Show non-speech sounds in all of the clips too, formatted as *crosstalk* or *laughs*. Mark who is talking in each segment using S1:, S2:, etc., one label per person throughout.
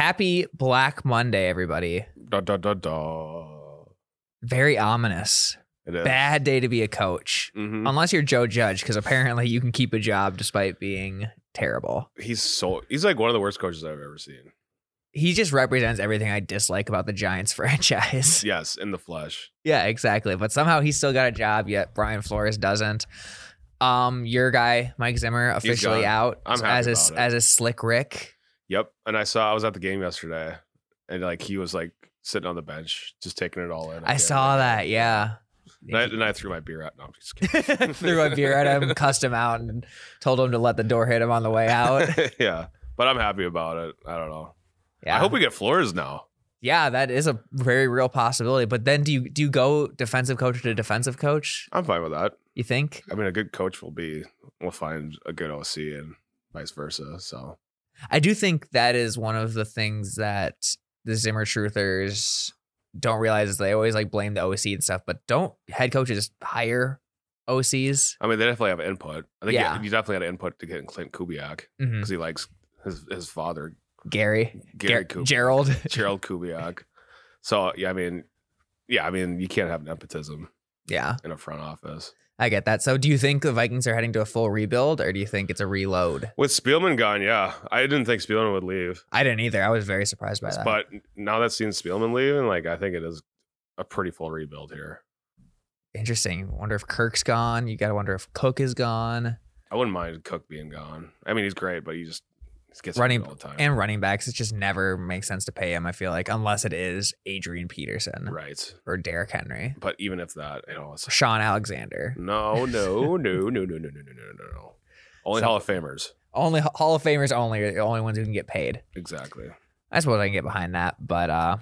S1: Happy Black Monday, everybody.
S2: Da, da, da, da.
S1: Very ominous.
S2: It is.
S1: Bad Um, day to be a coach.
S2: Mhm.
S1: Unless you're Joe Judge, because apparently you can keep a job despite being terrible.
S2: He's so he's like one of the worst coaches I've ever seen.
S1: He just represents everything I dislike about the Giants *laughs* franchise.
S2: Yes, in the flesh.
S1: Yeah, exactly. But somehow he's still got a job, yet Brian Flores doesn't. Um, your guy, Mike Zimmer, officially
S2: gone.
S1: out
S2: I'm happy
S1: as a
S2: about it.
S1: as a slick Rick.
S2: Yep. And I saw I was at the game yesterday, and like he was like sitting on the bench, just taking it all in.
S1: I saw that, yeah.
S2: And I, and I threw my beer out. No, I'm just
S1: *laughs*
S2: kidding.
S1: Threw a beer at him, cussed him out, and told him to let the door hit him on the way
S2: *laughs*
S1: out.
S2: yeah, but I'm happy about it. I don't know.
S1: Yeah.
S2: I hope we get Flores now.
S1: yeah, that is a very real possibility. But then do you do you go defensive coach to defensive coach,
S2: I'm fine with that.
S1: you think?
S2: I mean, a good coach will be will find a good OC and vice versa. So
S1: I do think that is one of the things that the Zimmer truthers don't realize is they always like blame the OC and stuff, but don't head coaches hire OCs?
S2: I mean, they definitely have input. I think
S1: Yeah.
S2: you, you definitely had input to get Clint Kubiak
S1: Mhm.
S2: because he likes his his father
S1: Gary, Ger-
S2: Gary Kubiak.
S1: Gerald.
S2: Gerald Kubiak. So yeah, I mean, yeah, I mean, you can't have nepotism
S1: *laughs* yeah,
S2: in a front office.
S1: I get that. So do you think the Vikings are heading to a full rebuild or do you think it's a reload?
S2: With Spielman gone, yeah, I didn't think Spielman would leave,
S1: I didn't either. I was very surprised by that.
S2: but now that seeing Spielman leaving, like I think it is a pretty full rebuild here.
S1: Interesting. Wonder if Kirk's gone. You got to wonder if Cook is gone.
S2: I wouldn't mind Cook being gone. I mean, he's great, but he just he gets
S1: Running-
S2: hurt all the time,
S1: And running backs, it just never makes sense to pay him, I feel like, unless it is Adrian Peterson
S2: right?
S1: or Derrick Henry.
S2: But even if that, you know, it's
S1: Sean Alexander.
S2: no, no, no, no, no, no, no, no, no, no, no. Only
S1: So-
S2: Hall of Famers,
S1: Only Hall of Famers only are the only ones who can get paid.
S2: exactly.
S1: I suppose I can get behind that. But uh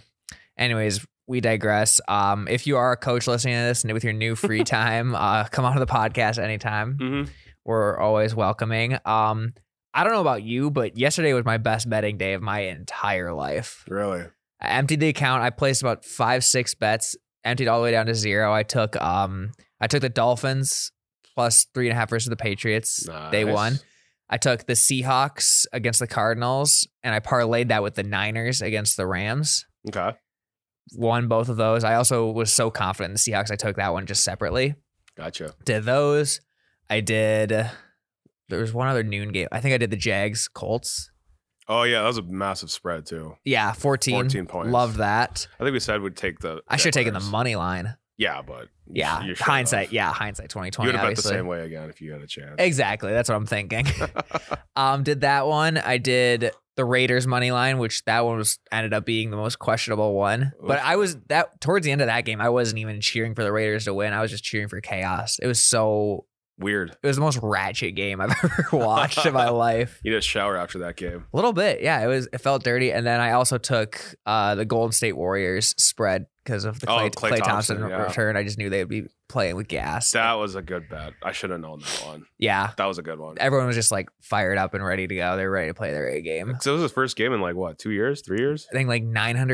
S1: anyways, we digress. Um if you are a coach listening to this and with your new free time, uh come on to the podcast anytime.
S2: Mm-hmm.
S1: We're always welcoming. Um I don't know about you, but yesterday was my best betting day of my entire life.
S2: Really?
S1: I emptied the account. I placed about five, six bets, emptied all the way down to zero. I took um I took the Dolphins plus three and a half versus the Patriots. They won. I took the Seahawks against the Cardinals, and I parlayed that with the Niners against the Rams.
S2: Okay.
S1: Won both of those. I also was so confident in the Seahawks, I took that one just separately.
S2: Gotcha.
S1: Did those. I did. There was one other noon game. I think I did the Jags Colts.
S2: Oh yeah, that was a massive spread too.
S1: Yeah, 14.
S2: 14 points.
S1: Love that.
S2: I think we said we'd take the.
S1: I should have taken the
S2: Jaguars.
S1: money line.
S2: Yeah, but
S1: Yeah.
S2: you should
S1: hindsight.
S2: have.
S1: Yeah. Hindsight 2020.
S2: you would have bet the
S1: obviously.
S2: same way again if you had a chance.
S1: Exactly. That's what I'm
S2: *laughs*
S1: thinking. *laughs* um, did that one. I did the Raiders money line, which that one was ended up being the most questionable one. But
S2: Oof.
S1: I was that towards the end of that game, I wasn't even cheering for the Raiders to win. I was just cheering for chaos. It was so
S2: Weird.
S1: it was the most ratchet game I've *laughs* ever watched in
S2: *laughs*
S1: my life.
S2: You did a shower after that game.
S1: A little bit, yeah. It was it felt dirty. And then I also took uh the Golden State Warriors spread because of the Clay,
S2: Oh, Klay
S1: Klay Thompson,
S2: Thompson, yeah.
S1: return. I just knew they would be playing with gas.
S2: That was a good bet. I should have known that one.
S1: yeah.
S2: That was a good one.
S1: Everyone was just like fired up and ready to go. They're ready to play their A game.
S2: So it was his first game in like what, two years, three years?
S1: I think like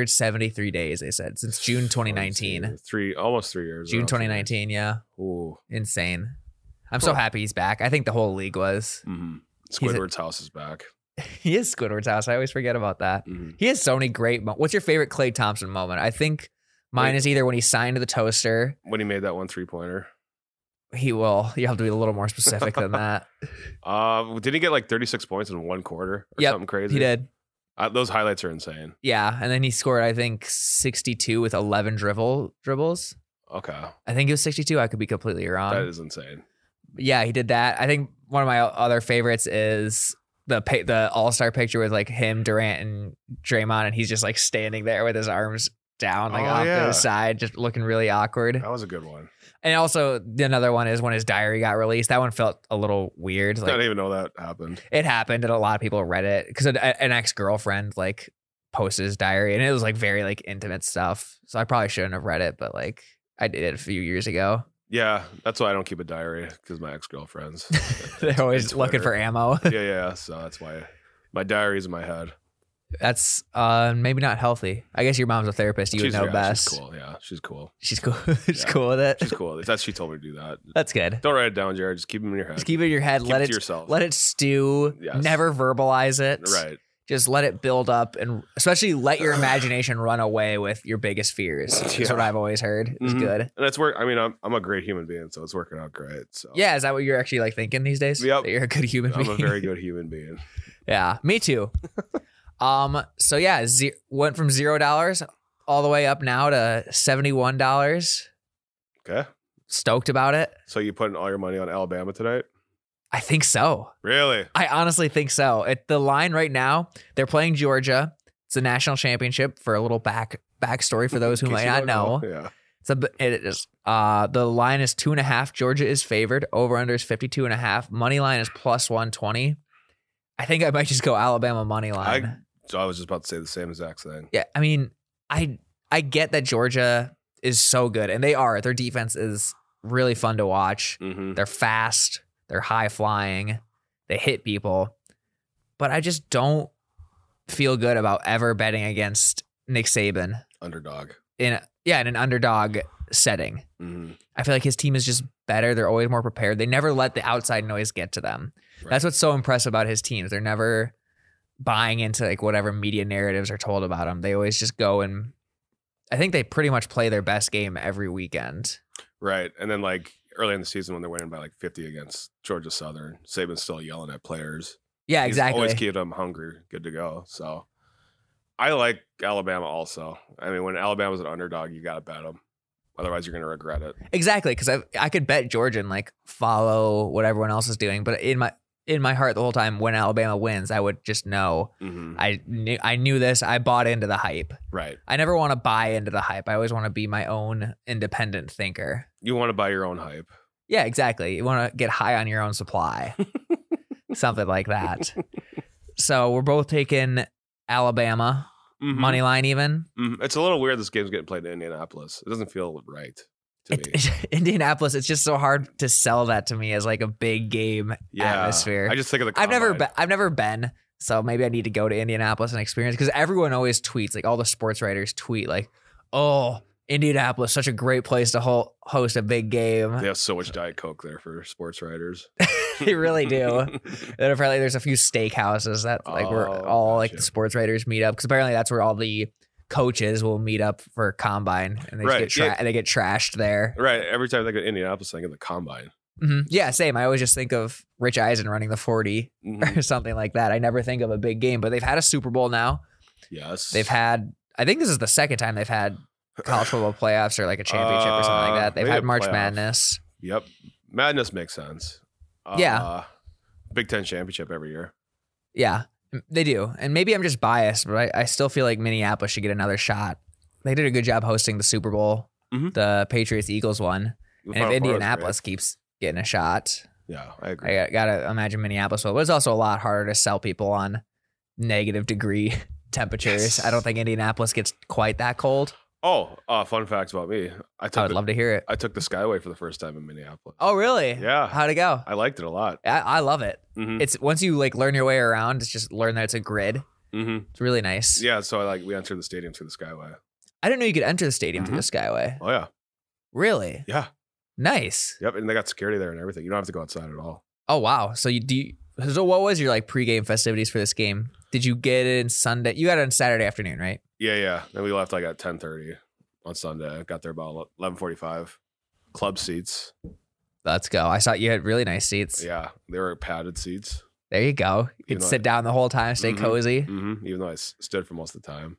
S1: 973 days, they said, since
S2: *sighs*
S1: June 2019.
S2: Three, almost three years.
S1: June
S2: around three years.
S1: 2019, yeah.
S2: Ooh.
S1: Insane. I'm so
S2: Huh.
S1: happy he's back. I think the whole league was. *laughs*
S2: Mhm.
S1: a-
S2: Squidward's house is back.
S1: He is Squidward's house. I always forget about that.
S2: Mhm.
S1: He has so many great moments. What's your favorite Clay Thompson moment? I think mine
S2: Wait.
S1: is either when he signed to the toaster.
S2: When he made that one three pointer,
S1: He will. You have to be a little more specific
S2: *laughs*
S1: than that.
S2: uh, did he get like 36 points in one quarter or
S1: Yep,
S2: something crazy?
S1: He did.
S2: Uh, those highlights are insane.
S1: Yeah. And then he scored, I think, 62 with 11 dribble dribbles.
S2: Okay.
S1: I think it was 62. I could be completely wrong.
S2: that is insane.
S1: yeah, he did that. I think one of my other favorites is the pa- the All Star picture with like him, Durant, and Draymond, and he's just like standing there with his arms down, like
S2: Oh,
S1: off to
S2: yeah.
S1: the side, just looking really awkward.
S2: That was a good one.
S1: And also the another one is when his diary got released. That one felt a little weird.
S2: I
S1: Like
S2: didn't even know that happened.
S1: it happened, and a lot of people read it because an, an ex girlfriend like posted his diary, and it was like very like intimate stuff. So I probably shouldn't have read it, but like I did it a few years ago. *laughs*
S2: Yeah, that's why I don't keep a diary because my ex girlfriends.
S1: *laughs* They're always looking for ammo.
S2: yeah, yeah. So that's why my diary's in my head.
S1: That's uh, maybe not healthy. I guess your mom's a therapist. You
S2: she's,
S1: would know
S2: yeah,
S1: best.
S2: She's cool. Yeah, she's cool.
S1: She's cool. *laughs* she's
S2: Yeah.
S1: cool with it.
S2: She's cool. That's she told me to do that.
S1: That's good.
S2: Don't write it down, Jared. Just keep them in your head.
S1: Just keep it in your head.
S2: Keep
S1: let
S2: it
S1: it
S2: to yourself.
S1: let it stew.
S2: Yes.
S1: Never verbalize it.
S2: right.
S1: Just let it build up, and especially let your
S2: *sighs*
S1: imagination run away with your biggest fears. That's
S2: Yeah.
S1: what I've always heard. It's
S2: Mhm.
S1: good.
S2: And that's where I mean I'm I'm a great human being, so it's working out great. So
S1: Yeah, is that what you're actually like thinking these days?
S2: Yep.
S1: That you're a good human
S2: I'm
S1: being.
S2: a very good human being.
S1: *laughs* yeah, me
S2: *laughs*
S1: too. um, so yeah, ze- went from zero dollars all the way up now to seventy one dollars.
S2: Okay.
S1: Stoked about it.
S2: So you putting all your money on Alabama tonight?
S1: I think so.
S2: Really?
S1: I honestly think so. At the line right now, they're playing Georgia. It's a national championship for a little back backstory for those who
S2: *laughs* In case
S1: might not
S2: you
S1: know.
S2: don't Yeah.
S1: It's a, b- it is uh the line is two and a half. Georgia is favored. Over under is 52 and a half. Money line is plus 120. I think I might just go Alabama money line.
S2: So I was just about to say the same exact thing.
S1: yeah, I mean, I I get that Georgia is so good, and they are. Their defense is really fun to watch.
S2: Mm-hmm.
S1: They're fast. They're high flying. They hit people. But I just don't feel good about ever betting against Nick Saban
S2: Underdog.
S1: in a- yeah in an underdog setting.
S2: Mm-hmm.
S1: I feel like his team is just better. They're always more prepared. They never let the outside noise get to them.
S2: Right.
S1: That's what's so impressive about his teams. They're never buying into like whatever media narratives are told about them. They always just go and I think they pretty much play their best game every weekend.
S2: Right. And then like early in the season when they're winning by like 50 against Georgia Southern, Saban's still yelling at players.
S1: Yeah,
S2: He's
S1: exactly.
S2: Always keep them hungry, good to go. So I like Alabama also. I mean, when Alabama's an underdog, you got to bet them. Otherwise, you're going to regret it.
S1: Exactly, because I I could bet Georgia and like follow what everyone else is doing, but in my in my heart the whole time when Alabama wins, I would just know
S2: Mm-hmm.
S1: I knew I knew this. I bought into the hype.
S2: Right.
S1: I never want to buy into the hype. I always want to be my own independent thinker.
S2: You want to buy your own hype.
S1: Yeah, exactly. You want to get high on your own supply, something like that. So we're both taking Alabama
S2: Mm-hmm.
S1: money line even.
S2: Mhm. It's a little weird this game's getting played in Indianapolis. It doesn't feel right
S1: *laughs*
S2: to me.
S1: It, Indianapolis. It's just so hard to sell that to me as like a big game
S2: yeah.
S1: atmosphere.
S2: I just think of the
S1: I've never
S2: combine.
S1: been. I've never been. So maybe I need to go to Indianapolis and experience because everyone always tweets like all the sports writers tweet like, "Oh, Indianapolis, such a great place to ho- host a big game."
S2: They have so much Diet Coke there for sports writers.
S1: *laughs* they really
S2: *laughs*
S1: do. And apparently, there's a few steakhouses that like where
S2: Oh,
S1: all like the
S2: gotcha.
S1: sports writers meet up because apparently that's where all the coaches will meet up for combine and they just
S2: Right,
S1: get tra-
S2: yeah.
S1: and they get trashed there.
S2: right. Every time I think of Indianapolis, I think of the combine.
S1: Mhm. Yeah, same. I always just think of Rich Eisen running the forty *laughs*
S2: Mhm.
S1: or something like that. I never think of a big game, but they've had a Super Bowl now.
S2: Yes.
S1: They've had, I think this is the second time they've had college football playoffs or like a championship or something like
S2: Uh,
S1: that. They've
S2: maybe
S1: had
S2: a
S1: March
S2: playoff.
S1: Madness.
S2: Yep. Madness makes sense. Uh,
S1: Yeah.
S2: Big Ten championship every year.
S1: Yeah, m- they do. And maybe I'm just biased, but I, I still feel like Minneapolis should get another shot. They did a good job hosting the Super Bowl,
S2: Mhm.
S1: the Patriots Eagles one. and
S2: The Final
S1: if
S2: Four was
S1: Indianapolis keeps getting a shot,
S2: great. Yeah, I agree.
S1: I got- gotta imagine Minneapolis will. But it's also a lot harder to sell people on negative degree *laughs* temperatures.
S2: Yes.
S1: I don't think Indianapolis gets quite that cold.
S2: oh, uh, fun fact about me. I
S1: Oh, I
S2: took
S1: would
S2: the,
S1: love to hear it.
S2: I took the Skyway for the first time in Minneapolis.
S1: Oh, really?
S2: Yeah.
S1: How'd it go?
S2: I liked it a lot.
S1: I, I love it.
S2: Mhm.
S1: it's once you like learn your way around, it's just learn that it's a grid.
S2: Mhm.
S1: It's really nice.
S2: Yeah, so I like we entered the stadium through the Skyway.
S1: I didn't know you could enter the stadium through the Skyway.
S2: Oh yeah,
S1: Really?
S2: yeah,
S1: Nice.
S2: yep. And they got security there and everything. You don't have to go outside at all.
S1: Oh wow. So you do. You, so what was your like pregame festivities for this game? Did you get it in Sunday? You got it on Saturday afternoon, right?
S2: Yeah, yeah. Then we left like at ten thirty on Sunday. Got there about eleven forty five. Club seats.
S1: Let's go. I saw you had really nice seats.
S2: Yeah, they were padded seats.
S1: There you go. You
S2: You
S1: could
S2: know-
S1: sit down the whole time, stay
S2: Mhm.
S1: cozy.
S2: hmm Even though I s- stood for most of the time.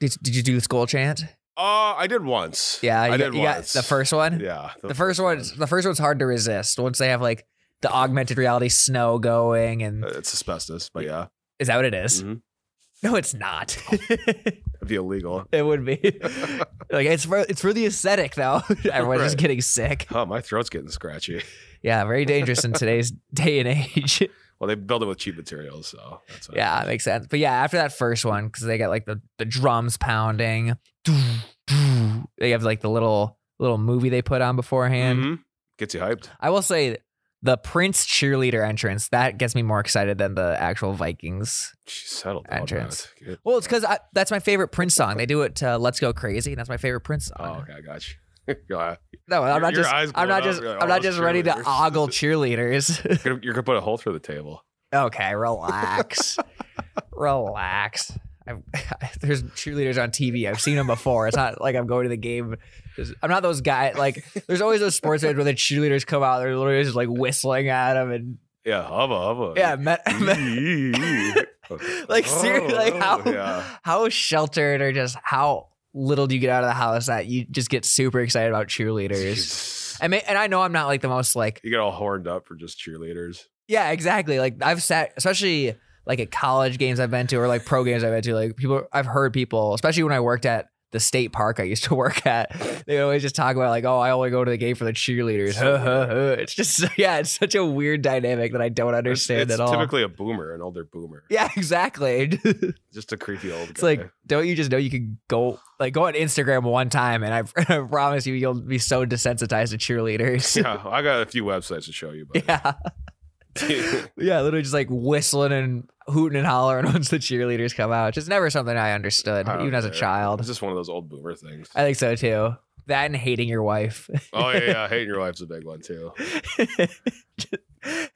S1: Did, did you do the school chant?
S2: Uh, I did once.
S1: Yeah,
S2: I
S1: you,
S2: did
S1: got, you got
S2: once.
S1: the first one.
S2: *laughs* Yeah,
S1: the first one's the first one's hard to resist. Once they have like the augmented reality snow going, and
S2: Uh, It's asbestos, but yeah,
S1: is that what it is?
S2: Mhm.
S1: *laughs* No, it's not.
S2: it'd be illegal.
S1: It would be *laughs* like it's for it's for the aesthetic though. *laughs* Everyone's just
S2: Right.
S1: getting sick.
S2: Oh, my throat's getting scratchy. *laughs*
S1: Yeah, very dangerous in today's day and age. *laughs*
S2: Well, they build it with cheap materials, so that's what-
S1: yeah, makes sense. But yeah, after that first one, because they got like the the drums pounding, they have like the little little movie they put on beforehand.
S2: Mhm. gets you hyped.
S1: I will say the Prince cheerleader entrance that gets me more excited than the actual Vikings.
S2: She settled down,
S1: Entrance.
S2: man. Good.
S1: Well, it's because that's my favorite Prince song. They do it to "Let's Go Crazy," and that's my favorite Prince song.
S2: Oh, okay, I got you. *laughs* yeah,
S1: *laughs* No, I'm
S2: Your-
S1: not
S2: your
S1: just.
S2: eyes
S1: I'm
S2: glowed
S1: not
S2: up.
S1: just.
S2: You're like,
S1: I'm
S2: "Oh,
S1: not
S2: those
S1: just ready to
S2: cheerleaders." *laughs*
S1: ogle cheerleaders. *laughs*
S2: you're gonna, you're gonna put a hole through the table. *laughs*
S1: okay, relax. Relax. I've, *laughs* there's cheerleaders on TV. I've seen them before. It's not like I'm going to the game. Just- I'm not those guys. Like, there's always those sports fans where the cheerleaders come out. They're literally just like whistling at them and
S2: *laughs* Yeah, hubba hubba.
S1: yeah, *laughs* met, *laughs* like seriously, like
S2: Oh, Oh,
S1: how *laughs*
S2: yeah.
S1: how sheltered or just how little do you get out of the house that you just get super excited about cheerleaders? I mean, and I know I'm not like the most like
S2: You get all horned up for just cheerleaders.
S1: yeah, exactly. Like I've sat, especially like at college games I've been to or like pro games I've been to. Like people, I've heard people, especially when I worked at the state park I used to *laughs* work at, they always just talk about like, oh, I only go to the game for the cheerleaders. *laughs* it's just yeah, it's such a weird dynamic that I don't
S2: It's-
S1: understand
S2: it's
S1: at all.
S2: typically a boomer, an older boomer.
S1: yeah, exactly. *laughs*
S2: Just a creepy old
S1: It's *laughs*
S2: guy.
S1: like, don't you just know you can go like go on Instagram one time, and *laughs* I, I promise you, you'll be so desensitized to cheerleaders.
S2: yeah, I got a few websites to show you, but
S1: *laughs* Yeah, *laughs* yeah, literally just like whistling and hooting and hollering *laughs* once the cheerleaders come out. Just never something I understood,
S2: I don't
S1: even as a
S2: care.
S1: child.
S2: *laughs* It's just one of those old boomer things.
S1: I think so too. That and hating your wife, *laughs*
S2: oh yeah, yeah, hating your wife's a big one too.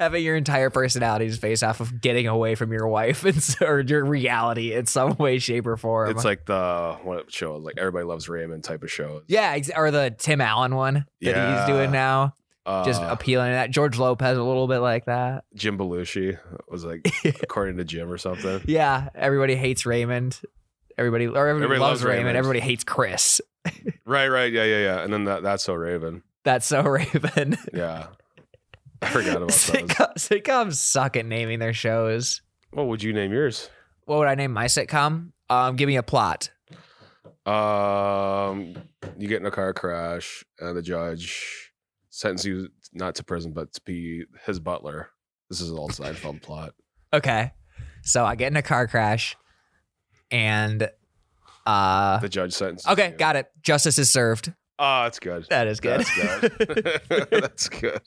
S1: having your entire personality just based off of getting away from your wife *laughs* and s- or your reality in some way, shape, or form.
S2: It's like the what show like everybody loves Raymond type of show.
S1: yeah, ex- or the Tim Allen one that
S2: Yeah.
S1: he's doing now.
S2: Uh,
S1: just appealing to that. George Lopez a little bit like that.
S2: Jim Belushi was
S1: *laughs*
S2: like according to Jim or something.
S1: Yeah, everybody hates Raymond. Everybody or everybody,
S2: Everybody
S1: loves,
S2: loves
S1: Raymond.
S2: Raymond.
S1: Everybody hates Chris.
S2: Right, right, yeah, yeah, yeah. And then that that's so Raven.
S1: That's so *laughs* Raven.
S2: Yeah, I forgot about
S1: *laughs*
S2: those.
S1: Sitcom, sitcoms suck at naming their shows.
S2: What would you name yours?
S1: What would I name my sitcom? Um, give me a plot.
S2: Um, you get in a car crash, and the judge sentences you not to prison, but to be his butler. This is an
S1: *laughs*
S2: old Seinfeld plot.
S1: Okay, so I get in a car crash, and uh,
S2: The judge sentences.
S1: okay,
S2: you.
S1: got it. Justice is served.
S2: Oh, that's good.
S1: That is good.
S2: That's good. *laughs* that's good.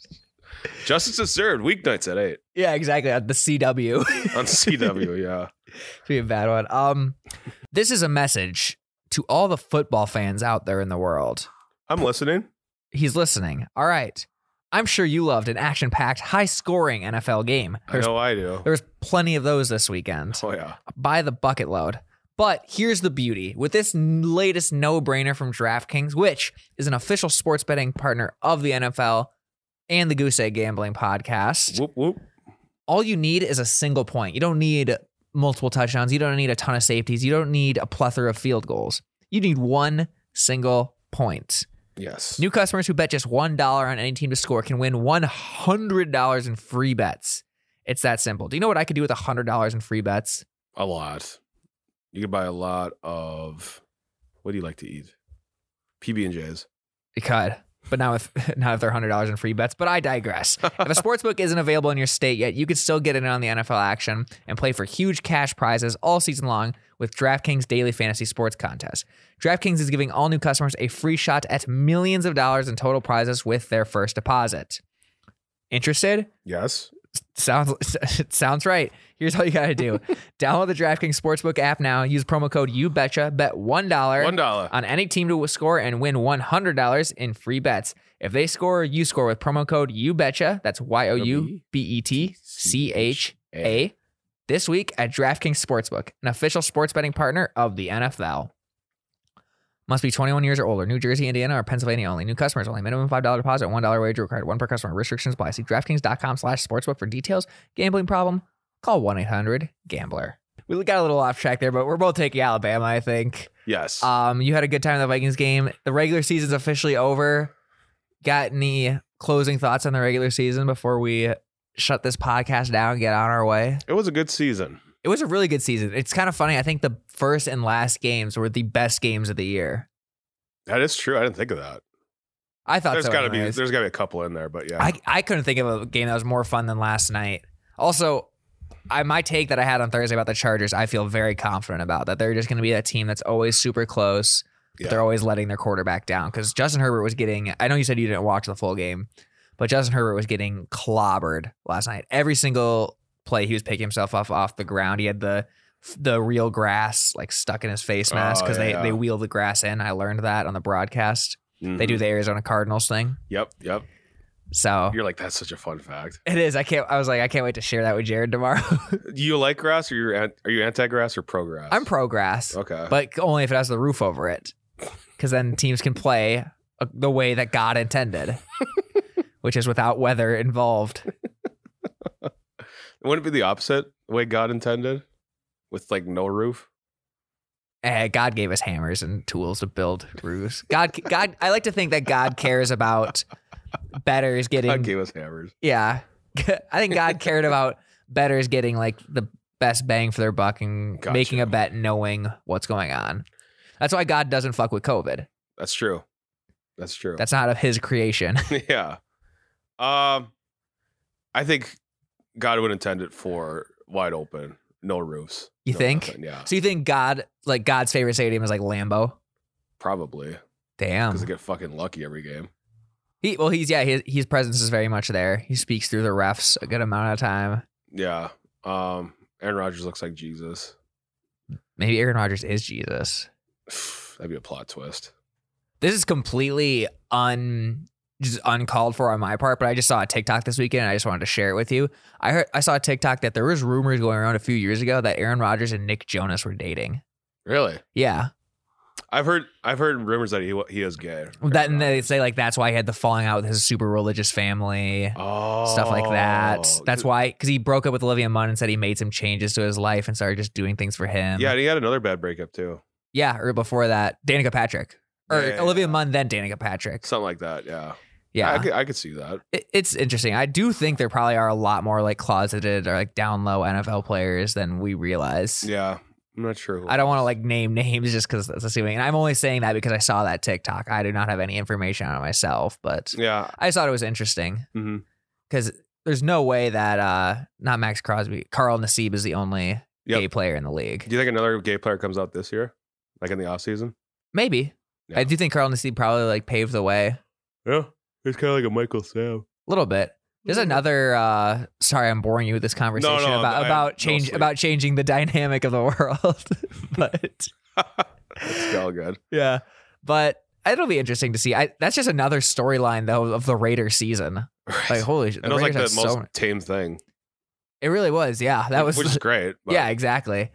S2: Justice is served. Weeknights at eight
S1: *laughs* yeah, exactly. Uh, The *laughs* CW. *laughs*
S2: on CW. Yeah.
S1: be a bad one. Um, this is a message to all the football fans out there in the world.
S2: I'm listening.
S1: He's listening. All right. I'm sure you loved an action-packed, high-scoring NFL game.
S2: I
S1: There's
S2: know I do.
S1: there was plenty of those this weekend *laughs*
S2: Oh yeah.
S1: by the bucket load. But here's the beauty with this n- latest no brainer from DraftKings, which is an official sports betting partner of the NFL and the Goose Egg Gambling Podcast.
S2: Whoop whoop.
S1: All you need is a single point. You don't need multiple touchdowns. You don't need a ton of safeties. You don't need a plethora of field goals. You need one single point.
S2: Yes.
S1: New customers who bet just $1 on any team to score can win $100 in free bets. It's that simple. Do you know what I could do with $100 in free bets?
S2: a lot. You could buy a lot of. What do you like to eat? PB and J's.
S1: It could, but not if *laughs* not if they're hundred dollars in free bets. But I digress. if a sports book isn't available in your state yet, you can still get in on the NFL action and play for huge cash prizes all season long with DraftKings Daily Fantasy Sports Contest. DraftKings is giving all new customers a free shot at millions of dollars in total prizes with their first deposit. Interested?
S2: Yes.
S1: Sounds *laughs* it sounds right. Here's all you gotta do: download the DraftKings Sportsbook app now. Use promo code YouBetcha. Bet one dollar
S2: One dollar.
S1: on any team to score and win $100 in free bets. If they score, you score with promo code YouBetcha. That's Y O U B E T C H A. This week at DraftKings Sportsbook, an official sports betting partner of the NFL. Must be 21 years or older. New Jersey, Indiana, or Pennsylvania only. New customers only. Minimum $5 deposit, $1 wager required. One per customer. Restrictions apply. See DraftKings.com slash sportsbook for details. Gambling problem? Call 1-800-GAMBLER. We got a little off track there, but we're both taking Alabama, I think.
S2: Yes.
S1: Um, you had a good time in the Vikings game. The regular season's officially over. Got any closing thoughts on the regular season before we shut this podcast down and get on our way?
S2: it was a good season.
S1: It was a really good season. It's kind of funny. I think the first and last games were the best games of the year.
S2: That is true. I didn't think of that.
S1: I thought
S2: There's
S1: so.
S2: got to be
S1: anyways.
S2: there's got to be a couple in there, but yeah.
S1: I, I couldn't think of a game that was more fun than last night. Also, I my take that I had on Thursday about the Chargers, I feel very confident about that. They're just going to be that team that's always super close, but
S2: Yeah.
S1: they're always letting their quarterback down because Justin Herbert was getting. I know you said you didn't watch the full game, but Justin Herbert was getting clobbered last night. Every single play, he was picking himself off off the ground. He had the the real grass like stuck in his face mask
S2: Oh,
S1: because
S2: yeah.
S1: they they wheel the grass in. I learned that on the broadcast. They
S2: Mhm.
S1: do the Arizona Cardinals thing.
S2: Yep. Yep.
S1: So
S2: You're like, that's such a fun fact.
S1: it is. I can't. I was like, I can't wait to share that with Jared tomorrow. *laughs*
S2: Do you like grass or you're an- are you anti grass or pro grass?
S1: I'm pro grass,
S2: Okay.
S1: but only if it has the roof over it, because then teams can play uh, the way that God intended, which is without weather involved.
S2: Wouldn't it be the opposite the way God intended? With like no roof?
S1: Eh, God gave us hammers and tools to build roofs. God, God, I like to think that God cares about betters
S2: God
S1: getting.
S2: gave us hammers.
S1: Yeah, *laughs* I think God cared about betters getting like the best bang for their buck and
S2: Gotcha.
S1: making a bet, knowing what's going on. That's why God doesn't fuck with COVID.
S2: That's true. That's true.
S1: That's not of His creation. *laughs*
S2: *laughs* yeah. Um, I think God would intend it for wide open, no roofs.
S1: You
S2: no
S1: think?
S2: nothing. Yeah,
S1: So you think God, like God's favorite stadium, is like Lambo?
S2: probably
S1: Damn.
S2: because they get fucking lucky every game.
S1: He, well, he's yeah, his, his presence is very much there. He speaks through the refs a good amount of time.
S2: Yeah. Um, Aaron Rodgers looks like Jesus. *sighs*
S1: Maybe Aaron Rodgers is Jesus.
S2: That'd be a plot twist.
S1: this is completely un just uncalled for on my part, but I just saw a TikTok this weekend and I just wanted to share it with you. I heard I saw a TikTok that there was rumors going around a few years ago that Aaron Rodgers and Nick Jonas were dating.
S2: Really?
S1: Yeah.
S2: I've heard I've heard rumors that he wa- he is gay.
S1: That and they say like that's why he had the falling out with his super religious family.
S2: oh,
S1: Stuff like that. That's why, because he broke up with Olivia Munn and said he made some changes to his life and started just doing things for him.
S2: Yeah, and he had another bad breakup too.
S1: yeah. Or before that, Danica Patrick, or
S2: Yeah, yeah,
S1: Olivia
S2: yeah.
S1: Munn, then Danica Patrick.
S2: Something like that. Yeah.
S1: Yeah,
S2: I could, I could see that.
S1: it- it's interesting. I do think there probably are a lot more like closeted or like down low NFL players than we realize.
S2: Yeah. I'm not sure. who-
S1: I don't want to like name *laughs* names just because that's assuming. And I'm only saying that because I saw that TikTok. I do not have any information on it myself, but
S2: Yeah.
S1: I just thought it was interesting
S2: Mhm.
S1: because there's no way that uh not Max Crosby, Carl Nassib is the only
S2: Yep.
S1: gay player in the league.
S2: Do you think another gay player comes out this year, like in the off season?
S1: Maybe.
S2: Yeah.
S1: I do think Carl Nassib probably like paved the way a
S2: Yeah, it's kind of like a Michael Sam.
S1: little bit. There's another uh sorry I'm boring you with this conversation
S2: Mm-hmm. no,
S1: about
S2: I- no
S1: about change
S2: sleep.
S1: about changing the *laughs* dynamic of the
S2: *laughs*
S1: world. *laughs* but
S2: *laughs* It's all good.
S1: yeah. But it'll be interesting to see. I that's just another storyline though of the Raider season. Like holy shit. The
S2: and it was like
S1: Raiders
S2: the
S1: had
S2: most
S1: so many-
S2: tame thing.
S1: It really was, yeah. That was *laughs*
S2: which is great. but-
S1: Yeah, exactly.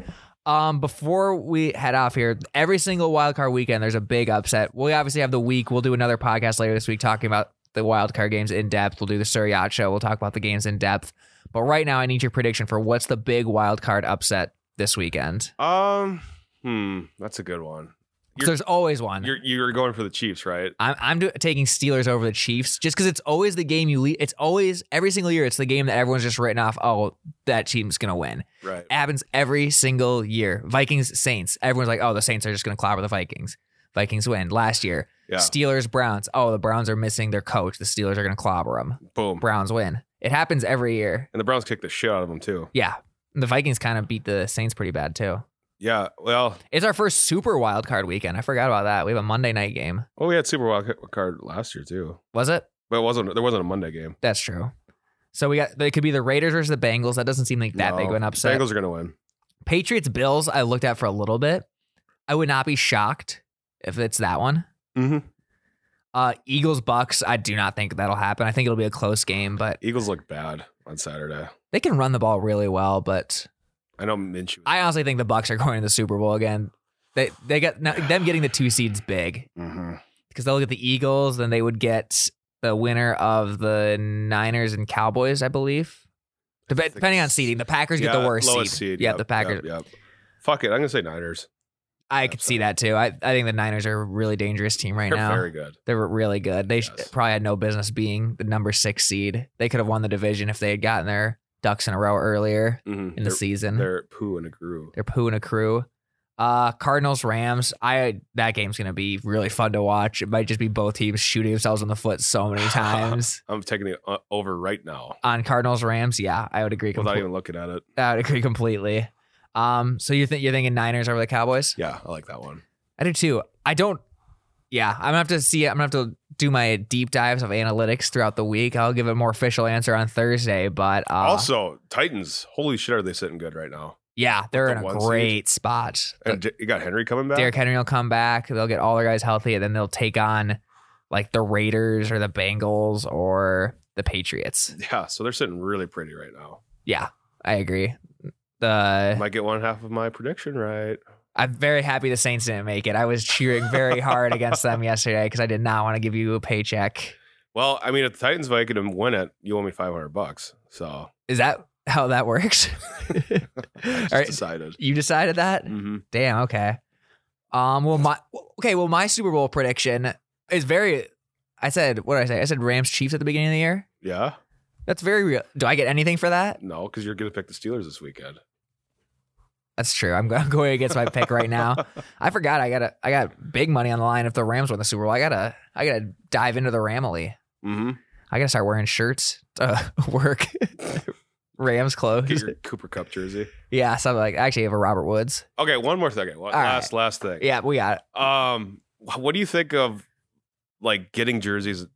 S1: Um, before we head off here, every single wild card weekend, there's a big upset. We obviously have the week. We'll do another podcast later this week talking about the wild card games in depth. We'll do the Sur Yacht show. We'll talk about the games in depth. But right now, I need your prediction for what's the big wild card upset this weekend.
S2: Um. Hmm. That's a good one.
S1: 'Cause
S2: You're-
S1: There's always one.
S2: You're you're going for the Chiefs, right?
S1: I'm, I'm do- taking Steelers over the Chiefs just because it's always the game you lead. It's always every single year. It's the game that everyone's just written off. Oh, that team's gonna win.
S2: Right.
S1: happens every single year. Vikings, Saints. Everyone's like, oh, the Saints are just going to clobber the Vikings. Vikings win last year.
S2: Yeah.
S1: Steelers, Browns. Oh, the Browns are missing their coach. The Steelers are going to clobber them.
S2: Boom.
S1: Browns win. It happens every year.
S2: And the Browns kicked the shit out of them too.
S1: Yeah. The Vikings kind of beat the Saints pretty bad, too.
S2: Yeah. Well,
S1: It's our first super wild card weekend. I forgot about that. We have a Monday night game.
S2: well, Oh, we had Super Wild Card last year too,
S1: Was it?
S2: but it wasn't. There wasn't a Monday game.
S1: That's true. So we got, it could be the Raiders versus the Bengals. That doesn't seem like that
S2: No.
S1: big of an upset.
S2: Bengals are gonna win.
S1: Patriots, Bills, I looked at for a little bit. I would not be shocked if it's that one.
S2: Mm-hmm.
S1: Uh, Eagles Bucks. I do not think that'll happen. I think it'll be a close game, but
S2: Eagles look bad on Saturday.
S1: they can run the ball really well. But
S2: I know Minshew.
S1: I honestly think the Bucks are *laughs* going to the Super Bowl again. They they got now, them getting the two seeds big
S2: Mhm.
S1: because they'll get the Eagles, then they would get the winner of the Niners and Cowboys, I believe. Dep-
S2: think
S1: depending on
S2: s-
S1: seeding, the Packers get
S2: Yeah,
S1: the worst seed.
S2: lowest seed.
S1: Yeah,
S2: Yep,
S1: the Packers.
S2: Yep, yep. Fuck it. I'm gonna say Niners.
S1: I could see that too. I, I think the Niners are a really dangerous team right
S2: They're
S1: now.
S2: very good.
S1: They were really good. They sh
S2: Yes.
S1: probably had no business being the number six seed. They could have won the division if they had gotten their ducks in a row earlier
S2: Mhm.
S1: in the
S2: They're-
S1: season. They're,
S2: They're poo in a groove.
S1: poo and a crew. Uh, Cardinals Rams. I that game's gonna be really fun to watch. It might just be both teams shooting themselves in the foot so
S2: *laughs*
S1: many times.
S2: I'm taking it uh, over right now
S1: On Cardinals Rams, yeah, I would agree.
S2: without
S1: comple-
S2: even looking at it.
S1: I would agree completely. Um, so you think you're thinking Niners over the Cowboys?
S2: Yeah, I like that one.
S1: I do too. I don't. Yeah, I'm gonna have to see. I'm gonna have to do my deep dives of analytics throughout the week. I'll give a more official answer on Thursday. But uh,
S2: also, Titans. Holy shit, are they sitting good right now?
S1: yeah, they're
S2: the
S1: in a
S2: one seed.
S1: great spot. The,
S2: And J- you got Henry coming back.
S1: Uh, Derrick Henry will come back. They'll get all their guys healthy, and then they'll take on like the Raiders or the Bengals or the Patriots.
S2: Yeah, so they're sitting really pretty right now.
S1: Yeah, I agree.
S2: I
S1: The
S2: might get one half of my prediction right.
S1: I'm very happy the Saints didn't make it. I was cheering very
S2: *laughs*
S1: hard against them yesterday because I did not want to give you a paycheck.
S2: Well, I mean, if the Titans Viking and win it, you owe me five hundred bucks. So
S1: Is that how that works? *laughs*
S2: I just
S1: All right.
S2: decided.
S1: you decided that?
S2: hmm
S1: Damn. Okay. Um. Well, my okay. Well, my Super Bowl prediction is very. I said what did I say? I said Rams Chiefs at the beginning of the year.
S2: Yeah.
S1: That's very real. Do I get anything for that?
S2: No, because you're gonna pick the Steelers this weekend.
S1: That's true. *laughs* I'm, I'm going against my pick right now. I forgot. I got a, I got big money on the line if the Rams win the Super Bowl. I gotta I gotta dive into the Ramily. *laughs*
S2: mm-hmm.
S1: I gotta start wearing shirts to *laughs* work. Rams
S2: Get
S1: clothes.
S2: your Cooper Cup jersey.
S1: Yeah, something like. I actually have a Robert Woods.
S2: Okay, one more second. One,
S1: All
S2: last last thing.
S1: Yeah, we got. it.
S2: Um, wh- what do you think of like getting jerseys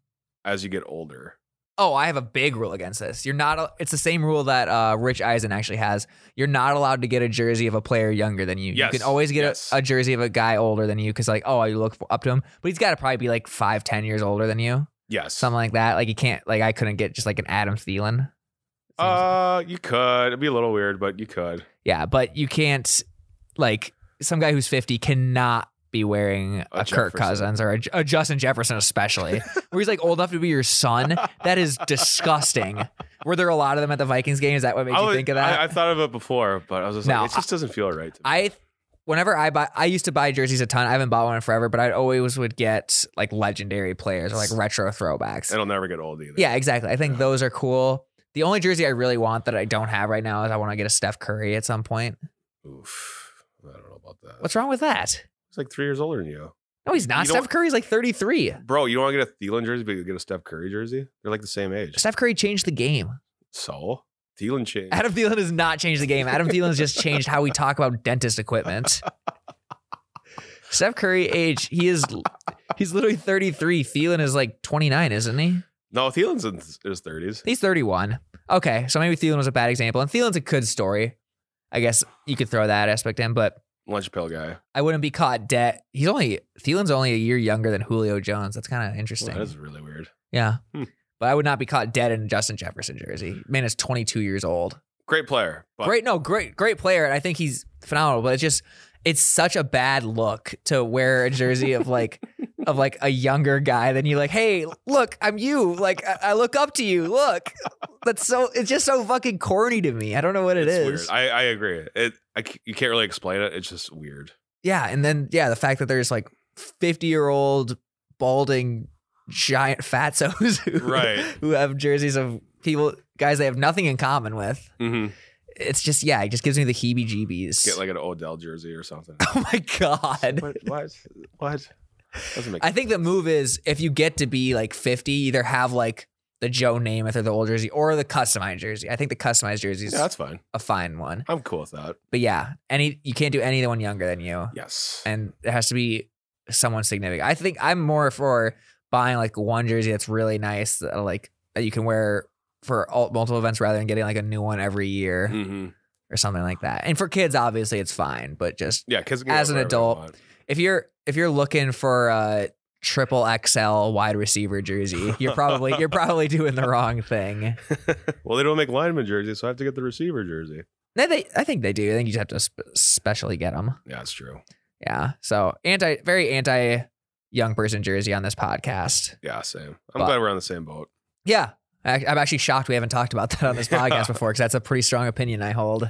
S2: as you get older?
S1: Oh, I have a big rule against this. You're not. a- It's the same rule that uh, Rich Eisen actually has. You're not allowed to get a jersey of a player younger than you.
S2: Yes,
S1: You can always get
S2: yes.
S1: a, a jersey of a guy older than you because like, oh, you look up to him, but he's got to probably be like five, ten years older than you.
S2: Yes.
S1: something like that. Like you can't, like I couldn't get just like an Adam Thielen. Seems-
S2: uh, you could. It'd be a little weird, but you could.
S1: yeah, but you can't, like some guy who's fifty cannot be wearing a, Kirk
S2: Jefferson.
S1: Cousins or a, a Justin Jefferson, especially where he's like old enough to be your son. That is disgusting. Were there a lot of them at the Vikings game? Is that what made
S2: I
S1: you
S2: was-
S1: think of that?
S2: I, I thought of it before, but I was just
S1: No,
S2: like, it just doesn't feel right. To me.
S1: I whenever I buy I used to buy jerseys a ton. I haven't bought one in forever, but I always would get like legendary players or like retro throwbacks.
S2: It'll never get old either.
S1: Yeah, exactly. I think those are cool. The only jersey I really want that I don't have right now is I want to get a Steph Curry at some point.
S2: Oof. I don't know about that.
S1: What's wrong with that?
S2: It's like three years older than you,
S1: No, he's not.
S2: You
S1: Steph
S2: don't-
S1: Curry's like 33.
S2: bro. You don't want to get a Thielen jersey, but you get a Steph Curry jersey. They're like the same age.
S1: Steph Curry changed the game.
S2: So Thielen changed.
S1: Adam Thielen has not changed the game. Adam Thielen's just changed how we talk about dentist
S2: *laughs*
S1: equipment. Steph Curry age, he is he's literally 33. Thielen is like 29, isn't he?
S2: No, Thielen's in his- his thirties.
S1: He's 31. Okay, so maybe Thielen was a bad example. And Thielen's a good story. I guess you could throw that aspect in, but
S2: Lunch pill guy.
S1: I wouldn't be caught dead. He's only Thielen's only a year younger than Julio Jones. That's kind of
S2: Well,
S1: interesting.
S2: that is really weird.
S1: Yeah.
S2: Hmm.
S1: But I would not be caught dead in a Justin Jefferson jersey. Man is 22 years old.
S2: Great player. But
S1: great, no, great, great player, and I think he's phenomenal. But it's just, it's such a bad look to wear a jersey of
S2: *laughs*
S1: like, of like a younger guy than you. Like, hey, look, I'm you. Like, I, I look up to you. Look, that's so. It's just so fucking corny to me. I don't know what it
S2: it's
S1: is.
S2: Weird. I, I agree. It I c you can't really explain it. It's just weird.
S1: Yeah, and then yeah, the fact that there's like 50 year old balding giant fatsoes *laughs* who,
S2: Right.
S1: who have jerseys of people guys they have nothing in common with.
S2: Mm-hmm.
S1: It's just yeah, it just gives me the heebie jeebies. *laughs*
S2: Get like an Odell jersey or something.
S1: oh my *laughs* god.
S2: what? What? what? Doesn't make
S1: I think the move is if you get to be like 50, either have like the Joe Namath or the old jersey or the customized jersey. I think the customized jersey is
S2: yeah, that's fine.
S1: a fine one.
S2: I'm cool with that.
S1: But yeah, any you can't do anyone younger than you.
S2: Yes.
S1: and it has to be someone significant. I think I'm more for buying like one jersey that's really nice, that, like that you can wear for all, multiple events rather than getting like a new one every *laughs* year
S2: hmm
S1: or something like that. And for kids, obviously, it's fine. But just
S2: Yeah, because
S1: As an adult, if you're if you're looking for a triple XL wide receiver jersey, you're probably you're probably doing the wrong thing.
S2: *laughs* well, they don't make lineman jerseys, so I have to get the receiver jersey.
S1: No, they I think they do. I think you just have to sp- specially get them.
S2: Yeah, that's true.
S1: Yeah. So anti very anti young person jersey on this podcast.
S2: Yeah, same. I'm
S1: But-
S2: glad we're on the same boat.
S1: Yeah. I- I'm actually shocked we haven't talked about that
S2: *laughs*
S1: on this podcast before because that's a pretty strong opinion I hold.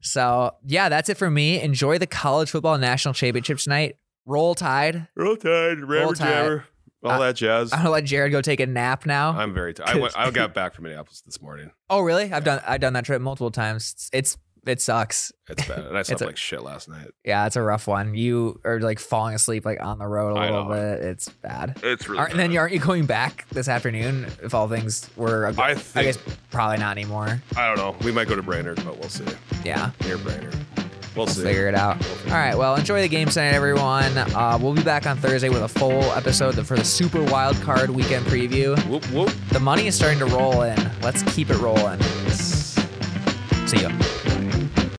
S1: so, yeah, that's it for me. Enjoy the college football national championship tonight. Roll tide. *laughs*
S2: Roll Tide,
S1: Roll
S2: Rammer
S1: Tide.
S2: Jammer, all
S1: I-
S2: that jazz.
S1: I'm
S2: I,
S1: gonna let Jared go take a nap now.
S2: am very tired. I,
S1: *laughs*
S2: went, I got back from Minneapolis this morning.
S1: oh, really? I've done I've done that trip multiple times. It's it sucks.
S2: It's
S1: *laughs*
S2: bad. And I slept
S1: a-
S2: like shit last night.
S1: Yeah, it's a rough one. You are like falling asleep like on the road a
S2: I
S1: little
S2: know.
S1: bit. It's bad.
S2: It's really
S1: Aren't, and then you aren't you going back this afternoon if all things were? a-
S2: I think
S1: I guess probably not anymore.
S2: I don't know. We might go to Brainerd, but we'll see.
S1: Yeah.
S2: Near Brainerd. We'll see.
S1: figure it out. All right. Well, enjoy the game tonight, everyone. Uh, we'll be back on Thursday with a full episode for the Super Wild Card Weekend Preview.
S2: Whoop whoop.
S1: The money is starting to roll in. Let's keep it rolling. See you.